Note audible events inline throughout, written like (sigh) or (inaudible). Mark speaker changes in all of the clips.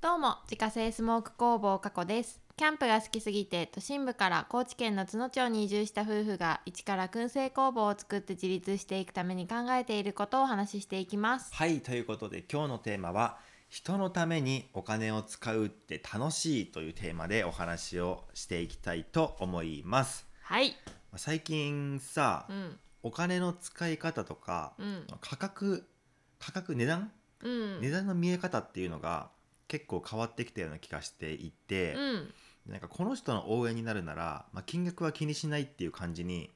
Speaker 1: どうも自家製スモーク工房加古ですキャンプが好きすぎて都心部から高知県の津野町に移住した夫婦が一から燻製工房を作って自立していくために考えていることをお話ししていきます
Speaker 2: はいということで今日のテーマは「人のためにお金を使うって楽しい」というテーマでお話をしていきたいと思います。
Speaker 1: はい
Speaker 2: 最近さ、
Speaker 1: うん
Speaker 2: お金の使い方とか、
Speaker 1: うん
Speaker 2: 価格価格値段、
Speaker 1: うん
Speaker 2: 値段の見え方っていうのが結構変わってきたような気がしていて
Speaker 1: う、ん
Speaker 2: なんかこの人の応援になるなら、まあ、金額は気にしないっていう感じに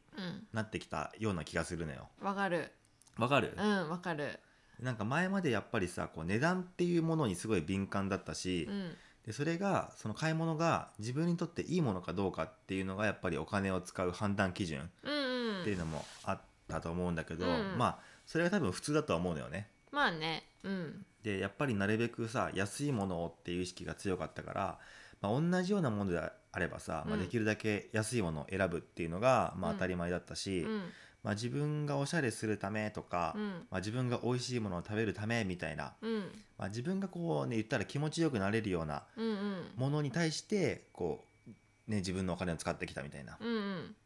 Speaker 1: う
Speaker 2: なってきたような気がするのよ。
Speaker 1: んわかる
Speaker 2: わかる
Speaker 1: うんわかる
Speaker 2: なんか前までやっぱりさこう値段っていうものにすごい敏感だったし、
Speaker 1: うん
Speaker 2: でそれがその買い物が自分にとっていいものかどうかっていうのがやっぱりお金を使う判断基準
Speaker 1: うんう
Speaker 2: っていうんのもあったと思うんだけど、
Speaker 1: うん
Speaker 2: まあそれが多分普通だとは思うのよね。
Speaker 1: まあねうん
Speaker 2: でやっぱりなるべくさ安いものをっていう意識が強かったから、まあ、同じようなものであればさ、ま
Speaker 1: うん
Speaker 2: あ、できるだけ安いものを選ぶっていうのが、まあ、
Speaker 1: うん
Speaker 2: 当たり前だったし、
Speaker 1: うん
Speaker 2: まあ、自分がおしゃれするためとか、
Speaker 1: うん
Speaker 2: まあ、自分が美味しいものを食べるためみたいな、
Speaker 1: うん
Speaker 2: まあ、自分がこうね言ったら気持ちよくなれるような
Speaker 1: うんうん
Speaker 2: ものに対してこう、ね、自分のお金を使ってきたみたいなっ
Speaker 1: うんうん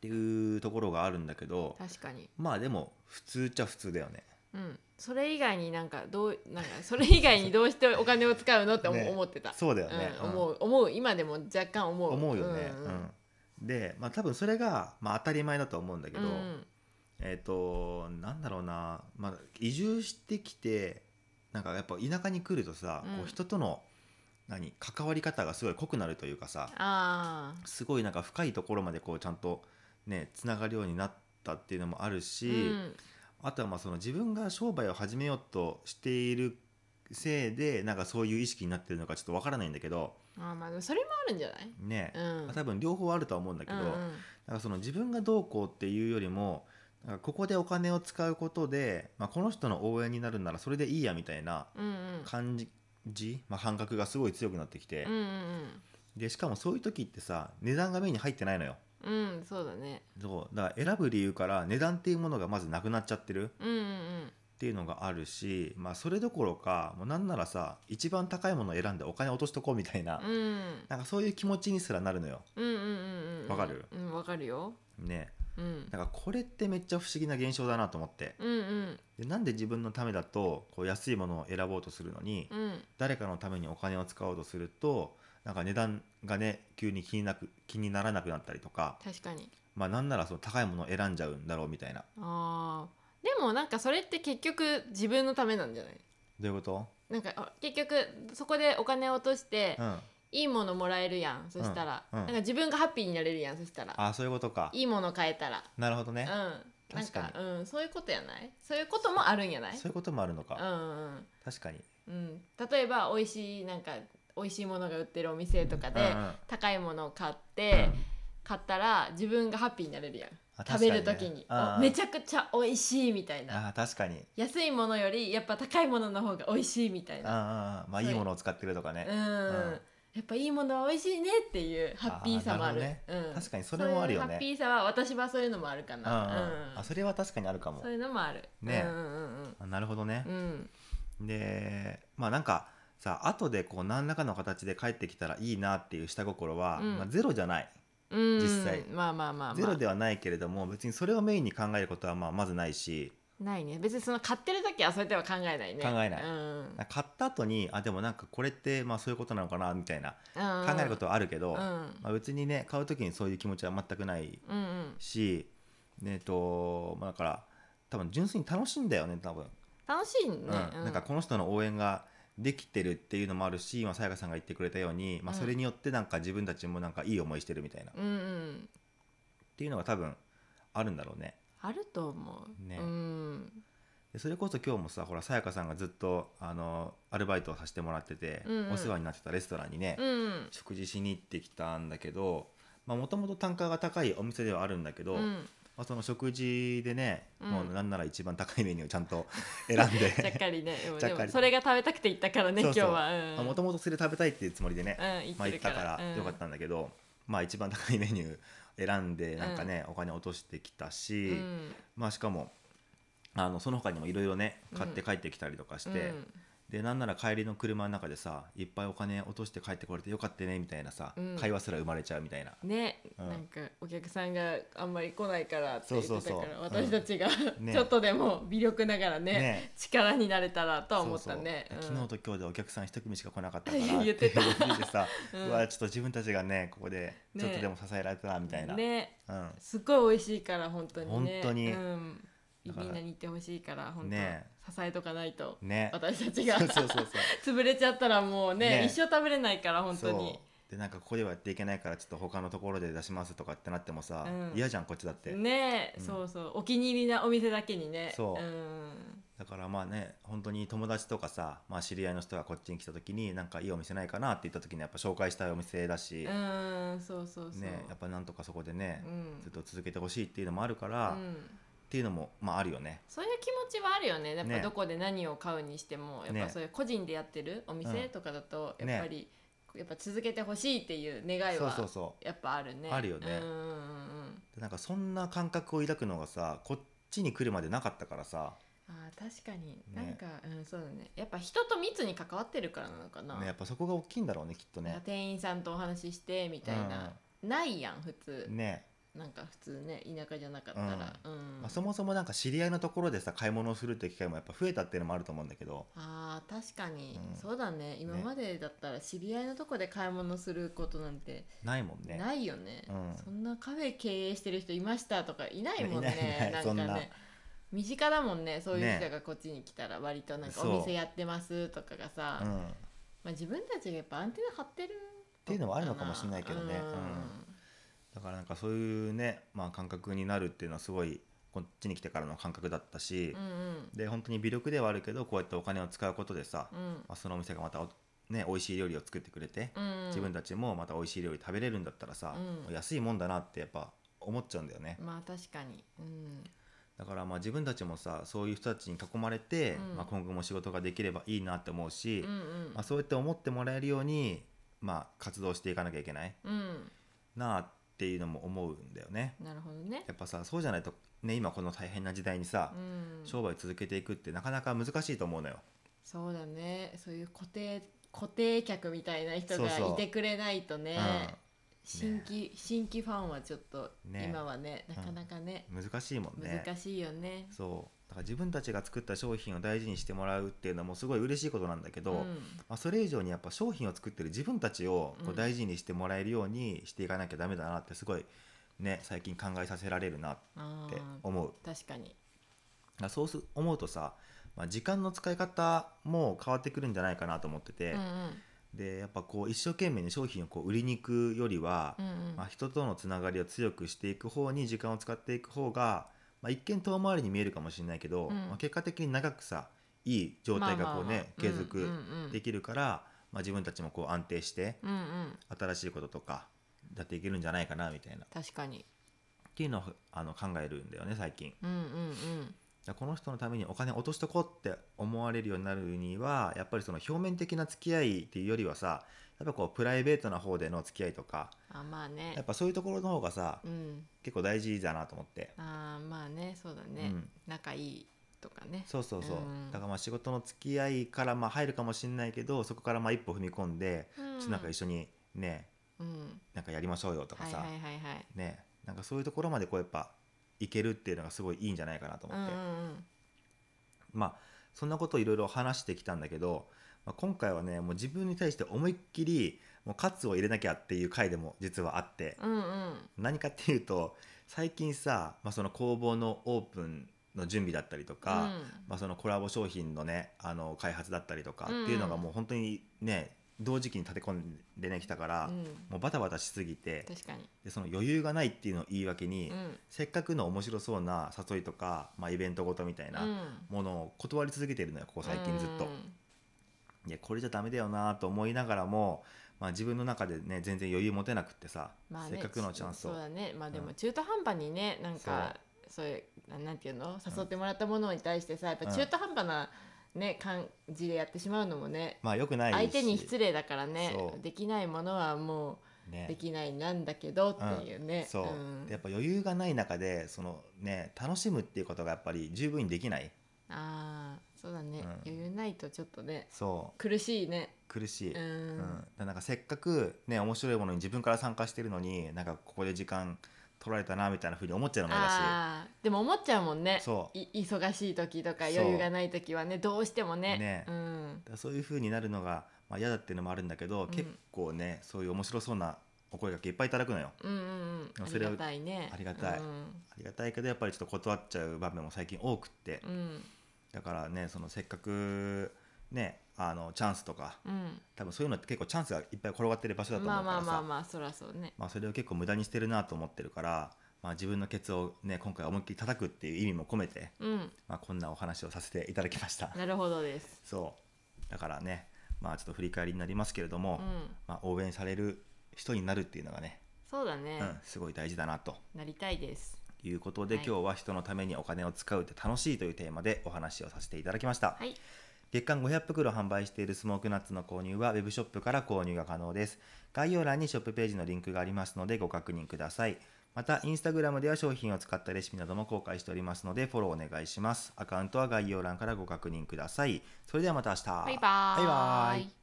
Speaker 2: ていうところがあるんだけど
Speaker 1: 確かに
Speaker 2: まあでも普通っちゃ普通だよね。
Speaker 1: うん、それ以外になんかどうなんかそれ以外にどうしてお金を使うのって思,、
Speaker 2: ね
Speaker 1: 思ってた
Speaker 2: そうだよね、
Speaker 1: うん、
Speaker 2: うん
Speaker 1: 思う思う今でも若干思う
Speaker 2: 思うよね。
Speaker 1: うん
Speaker 2: うんで、まあ、多分それが、まあ、当たり前だと思うんだけ
Speaker 1: うん
Speaker 2: ど、
Speaker 1: うん
Speaker 2: えっ、となんだろうな、まあ、移住してきてなんかやっぱ田舎に来るとさ、
Speaker 1: うん
Speaker 2: こう人との何関わり方がすごい濃くなるというかさ、
Speaker 1: ああ
Speaker 2: すごいなんか深いところまでこうちゃんとねつながるようになったっていうのもあるし、
Speaker 1: うん
Speaker 2: あとはまあその自分が商売を始めようとしているせいでなんかそういう意識になってるのかちょっとわからないんだけど
Speaker 1: あーまあでもそれもあるんじゃない
Speaker 2: ね、
Speaker 1: うん
Speaker 2: まあ多分両方あるとは思うんだけど、
Speaker 1: うんうん
Speaker 2: なんかその自分がどうこうっていうよりもなんかここでお金を使うことで、まあ、この人の応援になるならそれでいいやみたいな
Speaker 1: うんうん
Speaker 2: 感じ、まあ、感覚がすごい強くなってきて、
Speaker 1: うんうん
Speaker 2: でしかもそういう時ってさ値段が目に入ってないのよ。
Speaker 1: うんうんそうだね
Speaker 2: そうだから選ぶ理由から値段っていうものがまずなくなっちゃってる
Speaker 1: うんうん
Speaker 2: っていうのがあるし、まあ、それどころかもうなんならさ一番高いものを選んでお金落としとこうみたいな,、
Speaker 1: うんうん
Speaker 2: なんかそういう気持ちにすらなるのよ。
Speaker 1: うんうんうんうん
Speaker 2: わかる
Speaker 1: うんわかるよ
Speaker 2: ね、
Speaker 1: うん
Speaker 2: なんかこれってめっちゃ不思議な現象だなと思って
Speaker 1: うんうん
Speaker 2: でなんで自分のためだとこう安いものを選ぼうとするのに、
Speaker 1: うん
Speaker 2: 誰かのためにお金を使おうとするとなんか値段がね急に気になく気にならなくなったりとか、
Speaker 1: 確かに
Speaker 2: まあ、なんならその高いものを選んじゃうんだろうみたいな
Speaker 1: あーでもなんかそれって結局自分のためなんじゃない
Speaker 2: どういうこと、
Speaker 1: なんかあ結局そこでお金を落として
Speaker 2: うん、
Speaker 1: いいものもらえるやんそしたら、
Speaker 2: うんうん
Speaker 1: なんか自分がハッピーになれるやんそしたら
Speaker 2: あそういうことか
Speaker 1: いいもの買えたら
Speaker 2: なるほど
Speaker 1: う
Speaker 2: ね
Speaker 1: ん、なん
Speaker 2: 確か
Speaker 1: か
Speaker 2: に
Speaker 1: うん、そういうことやないそういうこともあるんやない
Speaker 2: そういうこともあるのか、
Speaker 1: うんうん
Speaker 2: 確かに
Speaker 1: うん例えば美味しいなんか美味しいものが売ってるお店とかで、
Speaker 2: うんうん
Speaker 1: 高いものを買って、買ったら自分がハッピーになれるやん
Speaker 2: あ
Speaker 1: 食べる
Speaker 2: 確か
Speaker 1: 時
Speaker 2: ね
Speaker 1: に
Speaker 2: あ
Speaker 1: お
Speaker 2: あ
Speaker 1: めちゃくちゃ美味しいみたいな
Speaker 2: ああ確かに
Speaker 1: 安いものよりやっぱ高いものの方が美味しいみたい
Speaker 2: ああ
Speaker 1: な
Speaker 2: ああまあ
Speaker 1: そう
Speaker 2: いいものを使ってるとかね
Speaker 1: うん、
Speaker 2: ん
Speaker 1: やっぱいいものは美味しいねっていうハッピーさもある
Speaker 2: あーなる
Speaker 1: うん、
Speaker 2: 確かにそれもあ
Speaker 1: そう
Speaker 2: るよね
Speaker 1: いうハッピーさは私はそういうのもあるか
Speaker 2: うんうん
Speaker 1: な、うん
Speaker 2: あそれは確かにあるかも
Speaker 1: そういうのもある
Speaker 2: ね
Speaker 1: うんうん
Speaker 2: あなるほどね
Speaker 1: うんう、ん
Speaker 2: でまあなんかさ後でこう何らかの形で帰ってきたらいいなっていう下心は、
Speaker 1: うん
Speaker 2: まあ、ゼロじゃない
Speaker 1: うん
Speaker 2: 実際
Speaker 1: まあまあまあ、まあ、
Speaker 2: ゼロではないけれども別にそれをメインに考えることはまあまずないし
Speaker 1: ないね別にその買ってる時はそれでは考えないね
Speaker 2: 考えない
Speaker 1: うん
Speaker 2: なんか買った後にあでもなんかこれってまあそういうことなのかなみたいな考えることはあるけど、
Speaker 1: うん
Speaker 2: まあ、別にね買う時にそういう気持ちは全くない
Speaker 1: うんうん
Speaker 2: し、ねえっとまあ、だから多分純粋に楽しいんだよね多分、
Speaker 1: 楽しいね、
Speaker 2: うんなんかこの人の応援ができてるっていうのもあるし今さやかさんが言ってくれたように、まあ、
Speaker 1: うん
Speaker 2: それによってなんか自分たちもなんかいい思いしてるみたいな、っ
Speaker 1: うんうん
Speaker 2: ていうのが多分あるんだろうね
Speaker 1: あると思う
Speaker 2: ね
Speaker 1: うん
Speaker 2: でそれこそ今日もさほらさやかさんがずっとあのアルバイトをさせてもらってて、
Speaker 1: うんうん
Speaker 2: お世話になってたレストランにね、
Speaker 1: うん
Speaker 2: 食事しに行ってきたんだけどもともと単価が高いお店ではあるんだけど、
Speaker 1: うん
Speaker 2: まあ、その食事でね、
Speaker 1: うん
Speaker 2: もうなんなら一番高いメニューをちゃんと (laughs)
Speaker 1: (laughs)
Speaker 2: 選ん
Speaker 1: ちゃっ
Speaker 2: で
Speaker 1: かり
Speaker 2: (laughs)
Speaker 1: ねでも
Speaker 2: ちゃっ
Speaker 1: で
Speaker 2: かり
Speaker 1: もそれが食べたくて行ったからね
Speaker 2: そうそう
Speaker 1: 今日はうん
Speaker 2: もともとそれ食べたいっていうつもりでね、
Speaker 1: うん行
Speaker 2: ま
Speaker 1: っ
Speaker 2: あ、
Speaker 1: てる
Speaker 2: 行っ
Speaker 1: か
Speaker 2: た
Speaker 1: ら
Speaker 2: からよかったんだけど、まあ一番高いメニュー選んでなんかね、お金落としてきた
Speaker 1: う
Speaker 2: し、
Speaker 1: ん
Speaker 2: まあしかもあのその他にもいろいろね
Speaker 1: うん
Speaker 2: 買って帰ってきたりとかして、
Speaker 1: うん
Speaker 2: でなんなら帰りの車の中でさいっぱいお金落として帰ってこれてよかったねみたいなさ、
Speaker 1: うん
Speaker 2: 会話すら生まれちゃうみたいな
Speaker 1: ね、
Speaker 2: うん
Speaker 1: なんかお客さんがあんまり来ないからって言ってたから
Speaker 2: そうそうそう
Speaker 1: 私たちが、
Speaker 2: んね
Speaker 1: ちょっとでも微力ながらね
Speaker 2: ね
Speaker 1: 力になれたらとは思ったね。
Speaker 2: そううんそう昨日と今日でお客さん一組しか来なかったから
Speaker 1: (laughs) 言ってた
Speaker 2: いうことでさ、
Speaker 1: う
Speaker 2: うんわちょっと自分たちがねここでちょっとでも支えられたなみたいな、
Speaker 1: ね
Speaker 2: うん、
Speaker 1: すっごい美味しいから本当にね
Speaker 2: 本当に
Speaker 1: うん、み
Speaker 2: だ
Speaker 1: ん
Speaker 2: から
Speaker 1: なに行ってほしいから本当、
Speaker 2: ね
Speaker 1: 支えとかないと、
Speaker 2: ね
Speaker 1: 私たち
Speaker 2: そ
Speaker 1: が
Speaker 2: うそうそう
Speaker 1: 潰れちゃったらもうね
Speaker 2: ね
Speaker 1: 一生食べれないから
Speaker 2: そう
Speaker 1: (laughs) 本当に
Speaker 2: そうでなんかここではやっていけないからちょっと他のところで出しますとかってなってもさ、
Speaker 1: うん
Speaker 2: 嫌じゃんこっちだって、
Speaker 1: ね、
Speaker 2: うん
Speaker 1: そうそうお気に入りなお店だけにね、
Speaker 2: そうんだからまあね本当に友達とかさ、まあ、知り合いの人がこっちに来た時になんかいいお店ないかなって言った時にやっぱ紹介したいお店だし、
Speaker 1: うん、そうそうそう、
Speaker 2: ね、やっぱなんとかそこでね
Speaker 1: う、
Speaker 2: ずっ
Speaker 1: ん
Speaker 2: と続けてほしいっていうのもあるから、
Speaker 1: う
Speaker 2: っ
Speaker 1: ん
Speaker 2: ていうのもまああるよね。
Speaker 1: そういう気持ちはあるよねやっぱ
Speaker 2: ね
Speaker 1: どこで何を買うにしても、やっ
Speaker 2: ね
Speaker 1: ぱそういう個人でやってるお
Speaker 2: う
Speaker 1: 店
Speaker 2: ん
Speaker 1: とかだと、
Speaker 2: ね
Speaker 1: やっぱり、やっぱ続けてほしいっていう願い
Speaker 2: そう
Speaker 1: は
Speaker 2: そうそ
Speaker 1: やっぱあるね
Speaker 2: あるよね
Speaker 1: うんうんうん
Speaker 2: うでなんかそんな感覚を抱くのがさこっちに来るまでなかったからさ、
Speaker 1: あー確かに、
Speaker 2: ね
Speaker 1: なんか、うん、そうだねやっぱ人と密に関わってるからなのかな、
Speaker 2: ね、やっぱそこが大きいんだろうねきっと
Speaker 1: なんか
Speaker 2: ね。
Speaker 1: 店員さんとお話ししてみたいな、ないやん普通、
Speaker 2: うんね
Speaker 1: なんか普通ね田舎じゃなかったら、うん
Speaker 2: まあ、そもそもなんか知り合いのところでさ買い物をするって機会もやっぱ増えたっていうのもあると思うんだけど、
Speaker 1: あー確かに、
Speaker 2: うん
Speaker 1: そうだね今までだったら知り合いのとこで買い物することなんて
Speaker 2: ないもんね。
Speaker 1: ないよね
Speaker 2: うん
Speaker 1: そんなカフェ経営してる人いましたとかいないもんね
Speaker 2: いないいない
Speaker 1: ん
Speaker 2: そん
Speaker 1: か
Speaker 2: な
Speaker 1: ね身近だもんねそういう
Speaker 2: ね
Speaker 1: 人がこっちに来たら割となんか
Speaker 2: そう
Speaker 1: お店やってますとかがさ、
Speaker 2: う
Speaker 1: ま
Speaker 2: ん
Speaker 1: あ、自分たちがやっぱアンテナ張ってる
Speaker 2: っていうのはあるのかもしれないけどね
Speaker 1: うん
Speaker 2: だからなんかそういうね、まあ、感覚になるっていうのはすごいこっちに来てからの感覚だったし
Speaker 1: う、ん
Speaker 2: で本当に微力ではあるけどこうやってお金を使うことでさ、
Speaker 1: うんうん
Speaker 2: まあ、そのお店がまたお、ね、美味しい料理を作ってくれて、
Speaker 1: うん
Speaker 2: 自分たちもまた美味しい料理食べれるんだったらさ、
Speaker 1: うん
Speaker 2: 安いもんだなってやっぱ思っちゃうんだよね、
Speaker 1: まあ確かに、うん、
Speaker 2: だからまあ自分たちもさそういう人たちに囲まれて、
Speaker 1: うん
Speaker 2: まあ、今後も仕事ができればいいなって思うし
Speaker 1: うん、うん
Speaker 2: まあ、そうやって思ってもらえるように、まあ、活動していかなきゃいけない
Speaker 1: うん
Speaker 2: なっていうのも思うんだよね。
Speaker 1: なるほどね
Speaker 2: やっぱさそうじゃないとね今この大変な時代にさ
Speaker 1: う、ん
Speaker 2: 商売続けていくってなかなか難しいと思うのよ。
Speaker 1: そうだねそういう固定固定客みたいな人
Speaker 2: そう
Speaker 1: が
Speaker 2: そう
Speaker 1: いてくれないとね新規、新規ファンはちょっと
Speaker 2: ね
Speaker 1: 今はねなかなかね、
Speaker 2: うん、難しいもんね。
Speaker 1: 難しいよね。
Speaker 2: そうだから自分たちが作った商品を大事にしてもらうっていうのもすごい嬉しいことなんだけど、
Speaker 1: うん
Speaker 2: まあ、それ以上にやっぱ商品を作ってる自分たちをこ
Speaker 1: うん
Speaker 2: う大事にしてもらえるようにしていかなきゃダメだなってすごいね最近考えさせられるなっ
Speaker 1: あ
Speaker 2: て
Speaker 1: ー
Speaker 2: 思う。
Speaker 1: 確かに
Speaker 2: だからそうす思うとさ、まあ、時間の使い方も変わってくるんじゃないかなと思ってて、
Speaker 1: うんうん
Speaker 2: でやっぱこう一生懸命に商品をこう売りに行くよりは、
Speaker 1: うんうん
Speaker 2: まあ、人とのつながりを強くしていく方に時間を使っていく方が、まあ、一見遠回りに見えるかもしれないけど、
Speaker 1: うん
Speaker 2: まあ、結果的に長くさいい状態がこうね、継続で
Speaker 1: き
Speaker 2: きるから、まあ、自分たちもこう安定して
Speaker 1: うんうん
Speaker 2: 新しいこととかやっていけるんじゃないかなみたいなっ
Speaker 1: 確かに
Speaker 2: ていうのをあの考えるんだよね最近。
Speaker 1: うんうんうん
Speaker 2: だからこの人のためにお金落としとこうって思われるようになるにはやっぱりその表面的な付き合いっていうよりはさやっぱこうプライベートな方での付き合いとか
Speaker 1: あまあね
Speaker 2: やっぱそういうところの方がさ
Speaker 1: うん
Speaker 2: 結構大事だなと思って、
Speaker 1: あーまあねそうだ
Speaker 2: う
Speaker 1: ね、
Speaker 2: ん、
Speaker 1: 仲いいとかね
Speaker 2: そうそうそう、
Speaker 1: うん
Speaker 2: だからまあ仕事の付き合いからまあ入るかもしれないけどそこからまあ一歩踏み込んで、
Speaker 1: うん
Speaker 2: ちょっとなんか一緒にね
Speaker 1: うん
Speaker 2: なんかやりましょうよとか
Speaker 1: はい
Speaker 2: さ、
Speaker 1: はいはいはい
Speaker 2: ねなんかそういうところまでこうやっぱいけるっていうのがすごいいいんじゃないかなと
Speaker 1: う
Speaker 2: 思
Speaker 1: ん
Speaker 2: っ
Speaker 1: う
Speaker 2: て、
Speaker 1: んうん
Speaker 2: まあそんなことをいろいろ話してきたんだけど、まあ、今回はねもう自分に対して思いっきりもうカツを入れなきゃっていう回でも実はあって、
Speaker 1: うんうん
Speaker 2: 何かっていうと最近さ、まあ、その工房のオープンの準備だったりとか、まあ、そのコラボ商品のねあの開発だったりとかっていうのがもう本当にね同時期に立て込んでねきたから、
Speaker 1: うん、うん、
Speaker 2: もうバタバタしすぎて
Speaker 1: 確かに、
Speaker 2: でその余裕がないっていうのを言い訳に、
Speaker 1: うん
Speaker 2: せっかくの面白そうな誘いとか、まあ、イベントごとみたいな
Speaker 1: うん
Speaker 2: ものを断り続けてるのよここ最近ずっと。
Speaker 1: うん
Speaker 2: いやこれじゃダメだよなと思いながらも、まあ、自分の中でね全然余裕持てなくってさ、
Speaker 1: まあ
Speaker 2: せ
Speaker 1: ね、
Speaker 2: っかくのチャンスを
Speaker 1: そうだねまあで
Speaker 2: う
Speaker 1: も
Speaker 2: ん
Speaker 1: 中途半端にねなんかそういうななんていうの誘ってもらったものに対してさやっぱ中途半端な、ね、感じでやってしまうのもね
Speaker 2: まあよくないし
Speaker 1: 相手に失礼だからね
Speaker 2: そう
Speaker 1: できないものはもう
Speaker 2: ね
Speaker 1: できないなんだけどっていうね、
Speaker 2: そう、
Speaker 1: ん
Speaker 2: でやっぱ余裕がない中でそのね楽しむっていうことがやっぱり十分にできない
Speaker 1: あーそうだね、
Speaker 2: うん
Speaker 1: 余裕ないとちょっとね
Speaker 2: そう
Speaker 1: 苦しいね
Speaker 2: 苦しい、
Speaker 1: う
Speaker 2: うん
Speaker 1: ん、
Speaker 2: だからなんかせっかくね面白いものに自分から参加してるのになんかここで時間取られたなみたいなふうに思っちゃうのも嫌だし
Speaker 1: あーでも思っちゃうもんね
Speaker 2: そう
Speaker 1: い忙しい時とか
Speaker 2: そう
Speaker 1: 余裕がない時はねどうしてもね
Speaker 2: ね
Speaker 1: うん
Speaker 2: だからそういう風になるのが、まあ、嫌だっていうのもあるんだけど、
Speaker 1: ん
Speaker 2: 結構ねそういう面白そうなお声がけいっぱいいただくのよ
Speaker 1: うんうんうん、あ
Speaker 2: そ
Speaker 1: り
Speaker 2: れを
Speaker 1: がたいね
Speaker 2: ありがたい
Speaker 1: うん
Speaker 2: ありがたいけどやっぱりちょっと断っちゃう場面も最近多くって、
Speaker 1: うん
Speaker 2: だからねそのせっかくねあのチャンスとか
Speaker 1: うん
Speaker 2: 多分そういうのって結構チャンスがいっぱい転がってる場所だと思
Speaker 1: まあ
Speaker 2: うから
Speaker 1: ま
Speaker 2: さ、
Speaker 1: あ
Speaker 2: ま
Speaker 1: まあ
Speaker 2: あ
Speaker 1: まあそらそうね
Speaker 2: それを結構無駄にしてるなと思ってるから、まあ、自分のケツをね今回思いっきり叩くっていう意味も込めて、
Speaker 1: うん
Speaker 2: まあ、こんなお話をさせていただきました。
Speaker 1: なるほどです
Speaker 2: そうだからねまあちょっと振り返りになりますけれども、
Speaker 1: うん
Speaker 2: まあ、応援される人になるっていうのがね、
Speaker 1: そうだね、
Speaker 2: うん、すごい大事だなと
Speaker 1: なりたいです
Speaker 2: いうことで、
Speaker 1: はい
Speaker 2: 今日は人のためにお金を使うって楽しいというテーマでお話をさせていただきました、
Speaker 1: はい
Speaker 2: 月間500袋販売しているスモークナッツの購入はウェブショップから購入が可能です概要欄にショップページのリンクがありますのでご確認くださいまたインスタグラムでは商品を使ったレシピなども公開しておりますのでフォローお願いしますアカウントは概要欄からご確認くださいそれではまた明日
Speaker 3: バイバーイ
Speaker 2: バイバーイ